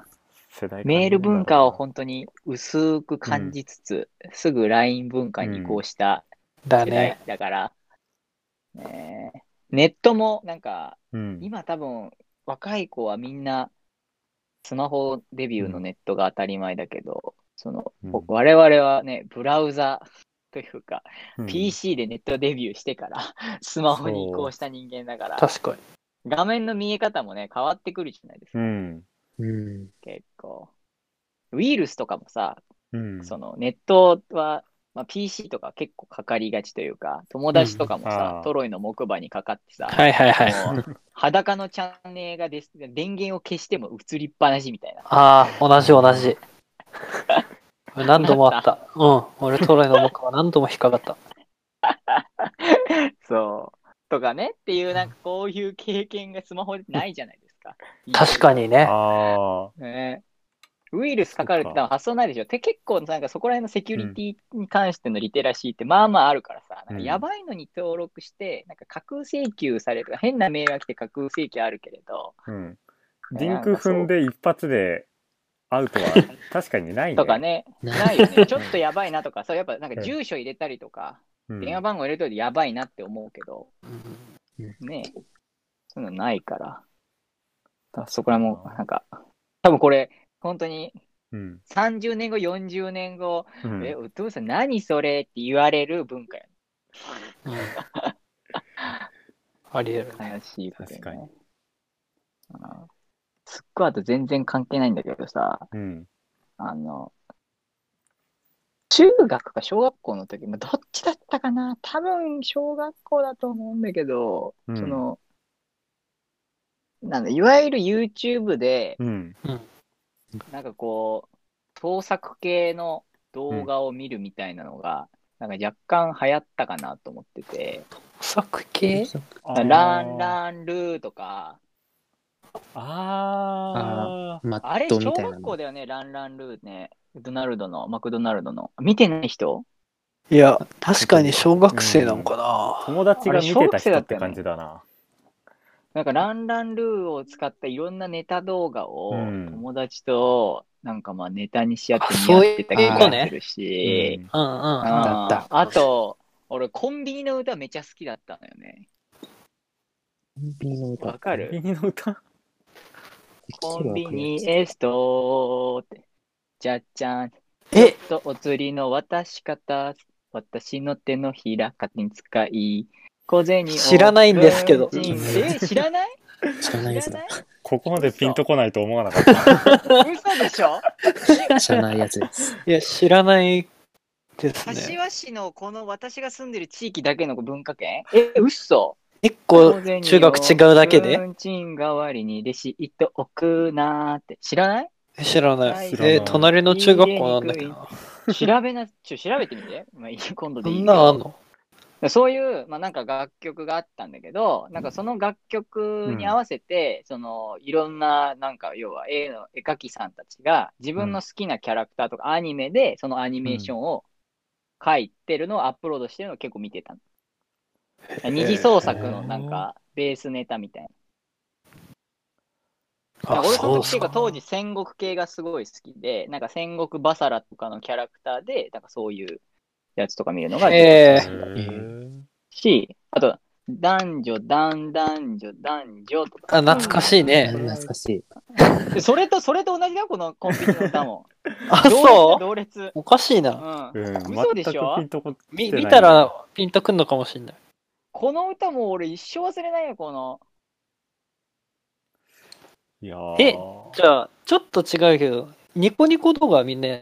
世代
メール文化を
ん
本当に薄く感じつつ、すぐ LINE 文化に移行した
だ
世代
ね。
だから、ねえネットもなんか、
うん
今多分若い子はみんなスマホデビューのネットが当たり前だけど、その、
うん
我々はね、ブラウザというか、
うん
PC でネットデビューしてから、 (laughs) スマホに移行した人間だから、
確かに。
画面の見え方もね、変わってくるじゃないですか、
うん
うん。
結構。ウイルスとかもさ、
うん
そのネットは、まあ、PC とか結構かかりがちというか、友達とかも
うん
さ、
あー
トロイの木馬にかかってさ、
はいはいはい。
もう裸のチャンネルがです電源を消しても映りっぱなしみたいな。
ああ、同じ同じ。何度もあった。うん。俺トロイの僕は何度も引っかかった。
(laughs) そう。とかねっていう、なんかこういう経験がスマホでないじゃないです (laughs) か。
確かにね。
あ
に。ねウイルスかかるって多分発想ないでしょ。て結構なんかそこら辺のセキュリティに関してのリテラシーってまあまああるからさ、
うん
なんかやばいのに登録して、なんか架空請求されるとか、変なメールが来て架空請求あるけれど、
ーうん
ね
リンク踏んで一発でアウト
(laughs)
は確かにないね
とかね、 (laughs) ないよね。ちょっとやばいなとか、そうやっぱなんか住所入れたりとか、
うん
電話番号入れといてやばいなって思うけど、
うん
ねえ、そういうのないから。だからそこらも、なんか、多分これ、本当に
うん
30年後、40年後、
うん
え、お父さん何それって言われる文化や、ね。
うんありえるね。
悲しいことにね
確かに
うんすっごいあと全然関係ないんだけどさ、
うん
あの、中学か小学校の時、まあ、どっちだったかな多分小学校だと思うんだけど、
うん
その、なんだ、いわゆる YouTube で、
うん
なんかこう、盗作系の動画を見るみたいなのが、なんか若干流行ったかなと思ってて、
作系
あー
ランランルーとか、
あー
マ
あれ、
ット
小
みたいな
学
の。
校だよね、ランランルーね、ドナルドの、マクドナルドの。見てない人
いや、確かに小学生なのかな。
友達が見てた人って感じだな
なんかランランルーを使ったいろんなネタ動画を
うん
友達となんかまあネタにし合って
あ
見合ってた気
そういう子
が
ね
するし、
うん
うんうんうん。
あ
だった
あと、俺コンビニの歌めちゃ好きだったのよね。
コンビニの
わ
歌。
か
コン
る
ビニの
(laughs)
歌
コンビニエストって、じゃっちゃん、
え、
とお釣りの渡し方、私の手のひら勝手に使い、小銭を
知らないんですけど
分人え、知らない
知らないやつ
知ら
だ
な。い
ここまでピンとこないと思わなかった。
嘘でしょ
知らないやつです。
いや、知らないですね。
柏市のこの私が住んでる地域だけの文化圏え、嘘
一個中学違うだけで
運賃代わりにレシート置くなーって。知らない
え知ら
は
ないい。え
知らない
隣の中学校なんだっけど。
調べな、ちょ、調べてみて。まあ、いい今度
そ
でいいけ
ん
ど
なんあんの
そういう、まあ、なんか楽曲があったんだけど、なんかその楽曲に合わせて、そのいろんな、なんか要は絵の絵描きさんたちが自分の好きなキャラクターとかアニメでそのアニメーションを描いてるのをアップロードしてるのを結構見てたの。二次創作のなんかベースネタみたいな。
あ、
俺そ
そう
の
っ
時
す
結構
か。
当時戦国系がすごい好きで、なんか戦国バサラとかのキャラクターで、なんかそういうやつとか見るのが好き
え
へ
え
ー
し、あと、男女、男、男女、男女とか。
あ、懐かしいね。
懐かしい。
でそれと、それと同じだよ、このコンビニの歌も。
(laughs) あ、そう
同列だ
おかしい
同
な。
列。う。
うんん、
嘘でしょ
全くピンとこ来
み
てない
見たらピンとくんのかもしんない。
この歌も俺一生忘れないよ、この。
いや
えじゃあ、ちょっと違うけど、ニコニコ動画みんな
レ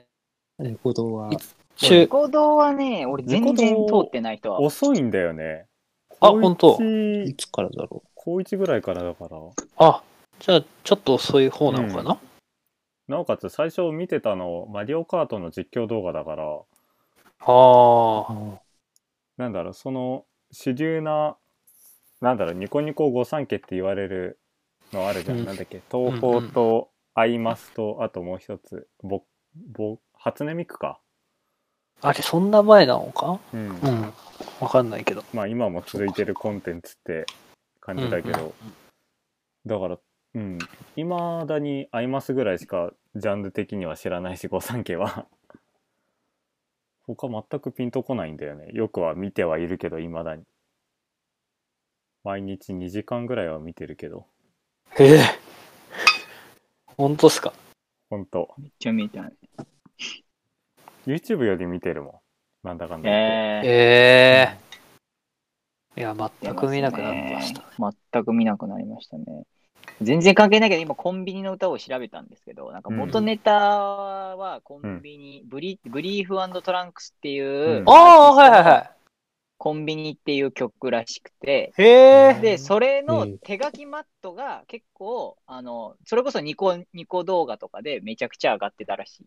コードは。
ニ
中、
コ動はね、俺全
ニ
然通
コ動
ってない人は。
遅いんだよね
あ本当
高一
いつからだろ
高一ぐらいからだから
あ、じゃあちょっと遅い方なのかな、
なおかつ最初見てたのマリオカートの実況動画だから
ああ、
う。
なんだろうその主流ななんだろうニコニコ御三家って言われるのあるじゃん、
うん
なんだっけ東宝とアイマスと、あともう一つぼぼ初音ミクか、
あれそんな前なのか
うん
うん。わかんないけど。
まあ今も続いてるコンテンツって感じだけど、だからうんいまだにアイマスぐらいしかジャンル的には知らないし御三家は他全くピンとこないんだよねよくは見てはいるけどいまだに毎日2時間ぐらいは見てるけど
へえ。ほんとっすか
ほんと
めっちゃ見てない。
YouTube より見てるもんなんだかんだ言って、
え
ええいや、
ー
全く見なくなりました。。
全く見なくなりましたね。全然関係ないけど、今コンビニの歌を調べたんですけど、なんか元ネタはコンビニ、ブリブリーフトランクスっていう、
うん
ああ、はいはい
い。
は
コンビニっていう曲らしくて、
い。へえ。
で、それの
うん
手書きマットが結構、あの、それこそニコ、ニコ動画とかでめちゃくちゃ上がってたらしい。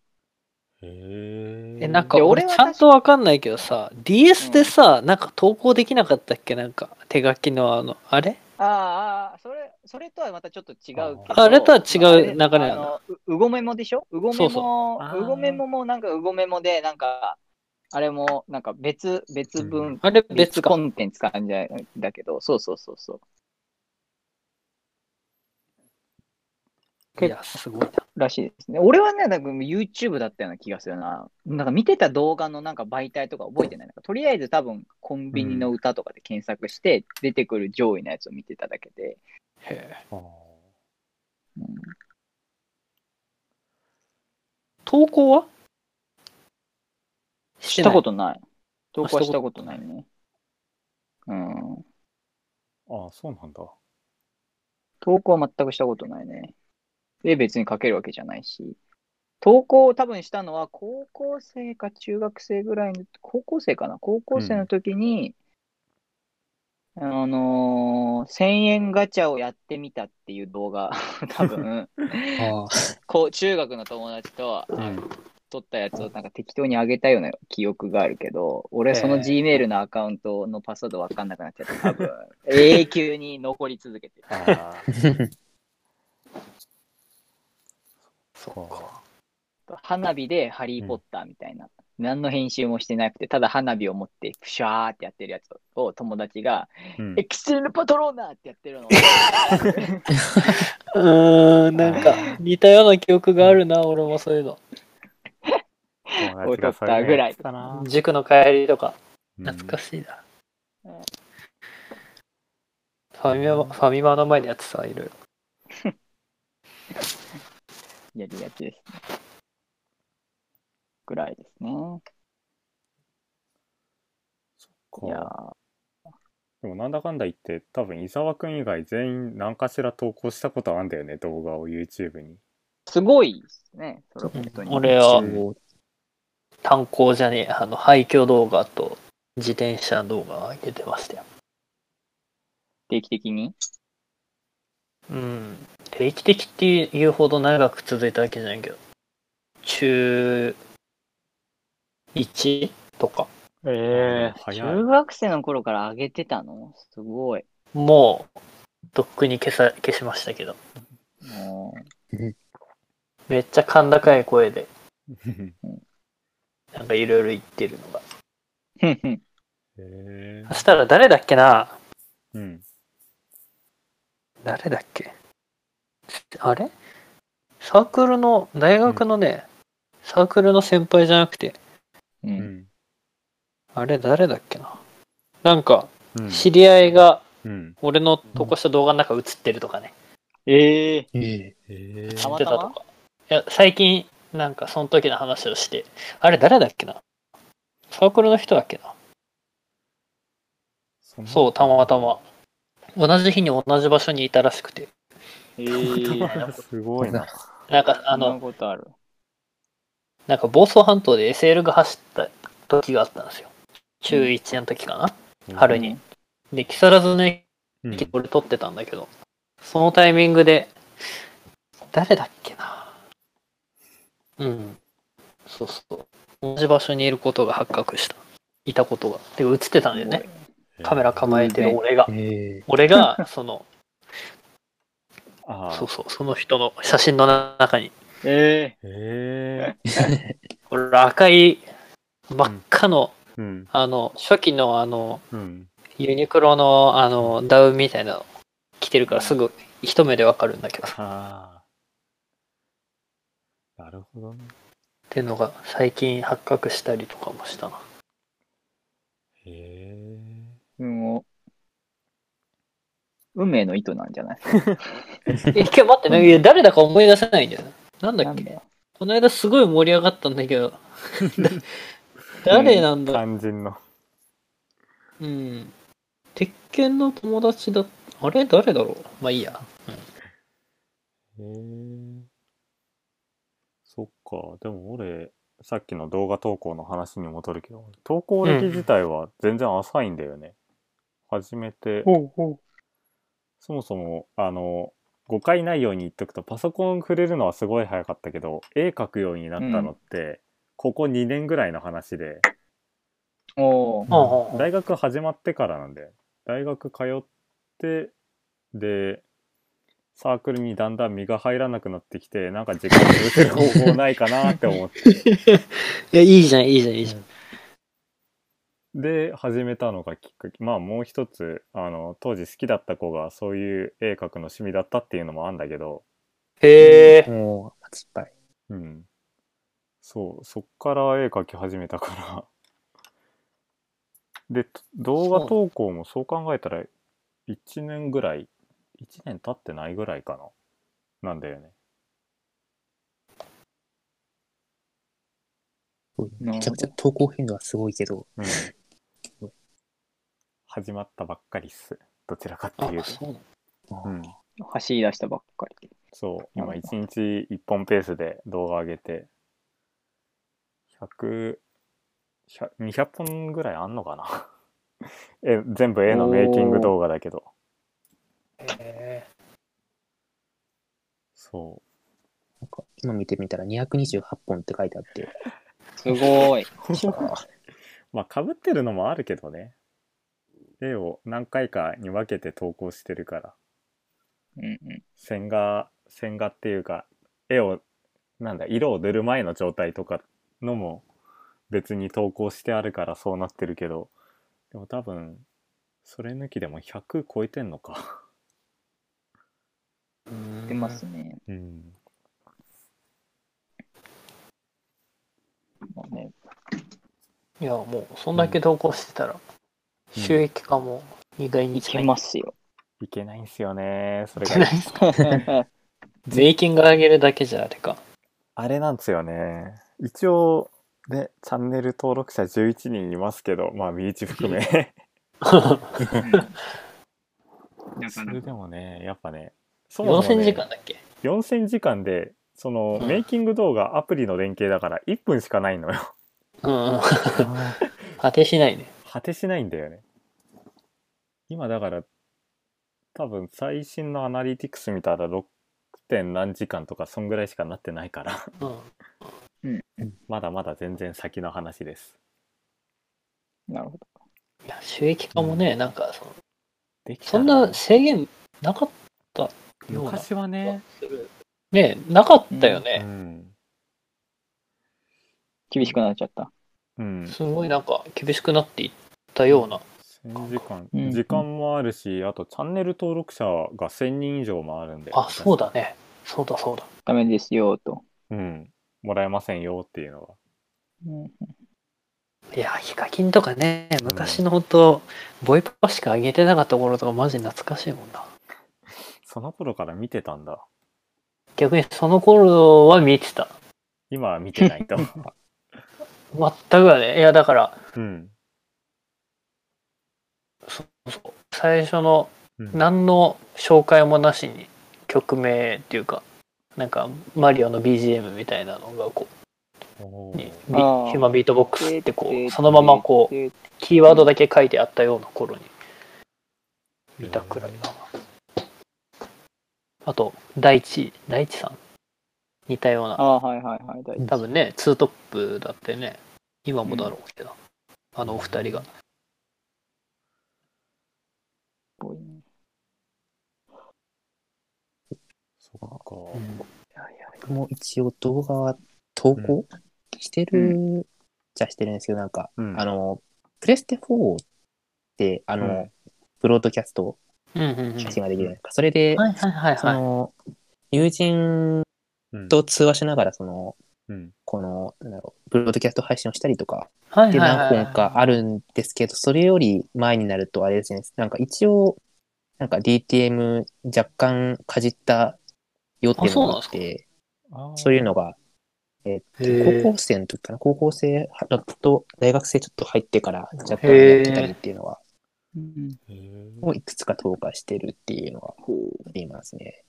へ
え、なんか
で
俺
俺は
ちゃんとわかんないけどさ、DS でさ、なんか投稿できなかったっけなんか手書きのあの、あれ
ああああ、それ、それとはまたちょっと違うけど。
ああれとは違う流れなんだ
あのううごメモでしょうごメモ、
そう
あー
うごメモもなんかうごメモで、なんか、あれもなんか別、別文、
あれ
別
別
コ
か。
ンテンツ感じなんだけど、そうそうそうそう。
いや、すごいな。
らしいですね。俺はね、なんか YouTube だったような気がするな。なんか見てた動画のなんか媒体とか覚えてない。なんかとりあえず多分コンビニの歌とかで検索して出てくる上位のやつを見てただけで。
へえ
あー
うん
投稿はし
したこととない。投稿は
あし
し
た
た
こ
こととないね。うん。
あーそうなんだ
投稿は全くしたことないね。で、別に書けるわけじゃないし。投稿を多分したのは高校生か中学生ぐらいの、高校生かな高校生の時に、あのー、1000円ガチャをやってみたっていう動画、 (laughs) 多分、
ああ。
こう、中学の友達と
うん
撮ったやつをなんか適当に上げたような記憶があるけど、俺はその
へー
Gmail のアカウントのパスワードわかんなくなっちゃって、多分、永久に残り続けてる。
あーそうか
花火でハリー・ポッターみたいな、何の編集もしてなくて、ただ花火を持って、プシャーってやってるやつを友達が、
うん
エクステルパトローナーってやってるのを。
うーん、なんか似たような記憶があるな、俺もそういうの。
友達それ
取ったぐらい
やってたな
塾の帰りとか、 (laughs) 懐か
しい
しいな。
うん
ファミマ、ファミマの前でやってさ、いろいろ。
やりがちですね。ぐらいですね。いやー
でもなんだかんだ言って多分伊沢くん以外全員何かしら投稿したことあるんだよね動画を YouTube に
すごいですね、それ本当に。
俺は
そう
炭鉱じゃねえ、あの、廃墟動画と自転車動画上げてましたよ。
定期的に。
うん。定定期的っていうほど長く続いたわけじゃないけど、中1とか、
ええ早い
中。学生の頃から上げてたのすごい。
もう、とっくに消さ、消しましたけど、
も
めっちゃ甲高い声で、なんかいろいろ言ってるのが。
ううん
え
そしたら誰だっけな
うん。
誰だっけあれサークルの大学のね、サークルの先輩じゃなくて
う。
うんん。
あれ誰だっけななんか
うん。
知り合いが
うん。
俺の投稿した動画の中映ってるとかね、
ええ
え
え
た
知っ
ま
て
た
た
ま
とかいや最近なんかその時の話をしてあれ誰だっけなサークルの人だっけなそうたまたま。同じ日に同じ場所にいたらしくて
ええ
(laughs) すごいな。
なんかあ
あ
の
のことある。
なんか房総半島で SL が走った時があったんですよ。中1の時かな。 (laughs) 春に。で、木更津の駅
うん。
俺撮ってたんだけど、そのタイミングで、誰だっけな。うん。そうそう。同じ場所にいることが発覚した。いたことが。てか映ってたんだよね。カメラ構えてる俺が
え。え
俺が、
(laughs)
その、
ああ
そうそう、その人の写真の中に、
ええ
ええ
俺赤い、真っ赤の、
うん。
あの、初期のあの、
うん。
ユニクロのあのダウンみたいなの着てるからすぐ一目でわかるんだけどっ
ああ。なるほどね。
ていうのが最近発覚したりとかもしたな
へえ。
もう、運命の糸なんじゃない
え今日待ってなんか誰だか思い出せないんだよななんだ
な
っ
ん
け
だよ
この間すごい盛り上がったんだけど (laughs) だ誰なんだ
肝心の。
うん鉄拳の友達だあれ誰だろうまあいいや
へえ。そっか。でも俺、さっきの動画投稿の話に戻るけど、投稿歴自体は全然浅いんだよね。初めて、
ほうほ
そもそも、あの、誤解ないように言っとくと、パソコン触れるのはすごい早かったけど、絵描くようになったのって、ここ2年ぐらいの話で、
う。おー
ああ
大学始まってからなんで、大学通って、で、サークルにだんだん身が入らなくなってきて、なんか時間潰せる方法ないかなって思って
いやいいじゃんいいじゃんいいじゃん
で始めたのがきっかけまあもう一つあの当時好きだった子がそういう絵描くの趣味だったっていうのもあんだけど、
へえ
もう、発売。
うん、そうそっから絵描き始めたからでと動画投稿もそう考えたら1年ぐらい1年経ってないぐらいかななんだよね
めちゃくちゃ投稿頻度はすごいけど、
(laughs)
うん始まったばっかりっすどちらかって
あ
いう
そうなの
と、うん、
走り出したばっかり。
そう、
なる
今
ほど
一日一本ペースで動画上げて、100、100 200本ぐらいあんのかな (laughs) え全部絵のメイキング動画だけど。
へ
そ
なんか今見てみたら228本って書いてあって、
すごい。
う。 (laughs) まあ、被ってるのもあるけどね。絵を何回かに分けて投稿してるから。
うんうん。
線画、線画っていうか、絵を、なんだ、色を塗る前の状態とかのも別に投稿してあるからそうなってるけど、でも多分、それ抜きでも100超えてんのか。
えうん
出ますね。
うん。
まあね
いやもうそんだけ投稿してたら収益化も意外に
いけ
ま
ますよ。
いけないんすよね。それ
じゃ
が
な。いですか (laughs)
(laughs)
税金が上げるだけじゃあれか
あれなんですよね。一応、ね、チャンネル登録者11人いますけど、まあ、身内含
(laughs)
め。それでもね、やっぱね、そもそも
4000
ね
時間だっけ
4000時間でその、
うん
メイキング動画アプリの連携だから1分しかないのよ
うんうん果てしないね
果てしないんだよね今だから多分最新のアナリティクス見たら6点何時間とかそんぐらいしかなってないから (laughs)
うん。
まだまだ全然先の話です
なるほど。
いや、収益化もね、なんかその、
できた
そ
ら
んな制限なかったような
昔はね、
気がするねなかったよ
う
ね。
ん
厳しくなっちゃった。
うん、
すごいなんか厳しくなっていったような。
1000時間、
うん
時間もあるしあとチャンネル登録者が1000人以上もあるんで
あ、そうだね。そうだそうだ。
ダメですよ、と。
うんもらえませんよっていうのは
うん
いや、ヒカキンとかね、昔の本当、ボイパしか上げてなかった頃とかマジ懐かしいもんな。
その頃から見てたんだ
逆にその頃は見てた。
今は見てない
(laughs)
と
全くだね。いや、だから、
うん、
そうそう最初の
うん
何の紹介もなしに曲名っていうか、なんかマリオの BGM みたいなのがこ
お
う、
ー
に
あ
ビヒュ
ー
ーマンビートボックスってこう、そのままこう、
う。
キーワードだけ書いてあったような頃に見たくらいだな。あと、大地、大地さん。似たよう
あ
な。
あ、はいはいはい。大丈
多分ね、ツートップだってね、今もだろうけど、あのお二人が。
夫。
そっか、
僕も一応動画は投稿してる、じゃしてるんですけど、なんか、
うん
あの、プレステ4って、あの、
うん
ブロードキャスト
うんうんうん。はい
配信ができるじゃないですか。それで、
はいはい
そ
は
の、友人
うん
と通話しながら、その、
うん
この、なんだろう、ブロードキャスト配信をしたりとか、
い。はい
で
はいは
何
いはい
本かあるんですけど、それより前になるとあれですね、なんか一応、なんか DTM 若干かじったよっていうのがあ
あ
っ
そう
て、
あー
そういうのが、
へ
高
ー
校生の時かな、高校生と大学生ちょっと入ってから若干
へー
やってたりっていうのは、
うん
へー
をいくつか投下してるっていうのは
ほう
ありますね。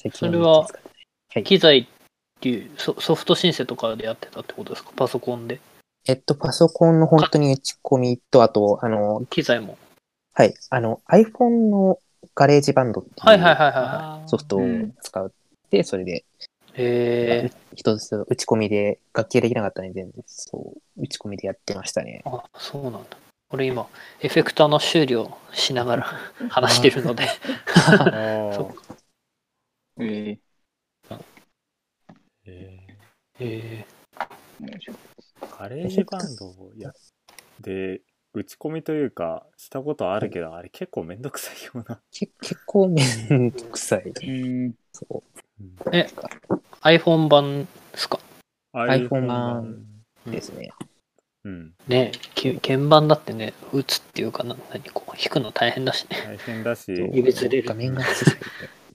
最
それは
使ってないはい
機材っていうソソフト申請とかでやってたってことですかパソコンで。
えっと、パソコンの本当に打ち込みと、あと、あの、
機材も。
はい、あの、iPhone のガレージバンドってい
はいは
う
いはいはいは
あー
ソフトを使って、それで
い。へえ。
一つ打ち込みで、楽器ができなかったので、全部そう、打ち込みでやってましたね。
あ、そうなんだ。俺今、エフェクターの修理をしながら話してるので。
あ
そ
ー
っ
ええ
へー
へえ。
よいしょ
ガレージバンドをやで打ち込みというかしたことあるけど、あれ結構めんどくさいような、
け結構めんどくさい。
うん。
そう
うん、
iPhone 版ですか
iPhone 版ですね。
うん
ねき鍵盤だってね、打つっていうかな、何こう、弾くの大変だしね。
大変だし
指ずれる
画面が小さいね。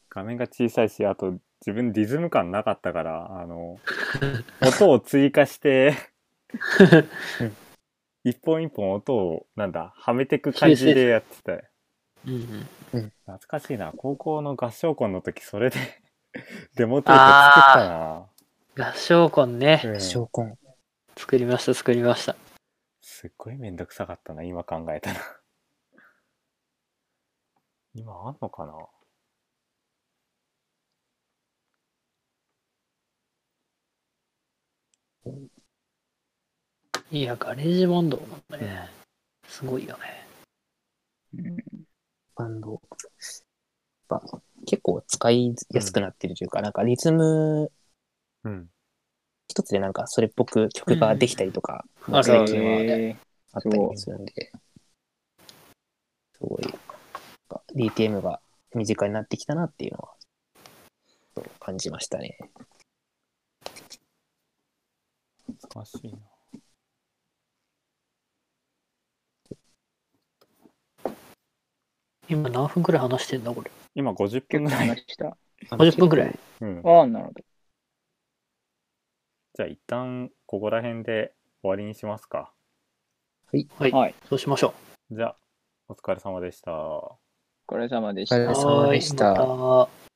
画面が小さいしあと自分リズム感なかったからあ
(laughs)
の音を追加して
うん
一本一本音をなんだはめてく感じでやってたよ
うんうん。
懐かしいな高校の合唱コンの時それで (laughs) デモテープ作ったな、
合唱コンね、
うん
証拠。
作りました、作りました。
すっごいめんどくさかったな今考えたら今あんのかな
いや、ガレージバンドもね、すごいよね。
うん
バンド。やっぱ結構使いやすくなってるというか、なんかリズム
うん
一つでなんかそれっぽく曲ができたりとか、
うん
まあ
あるあ
最
る
近はね
え
あったりもするんで、すごい、なんか DTM が身近になってきたなっていうのは、そう感じましたね。
懐かしいな
今何分くらい話してんだ、これ。
今50
え
分ぐ
結構
らい、
話した。
50分くらい。
うん、
ああ、なるほど。
じゃあ一旦ここら辺で終わりにしますか
はい。
はい
そうしましょ
じゃあお疲れ様でした
お疲れ様でし
お疲れ
た
様
う。。
そうでした
はーいまた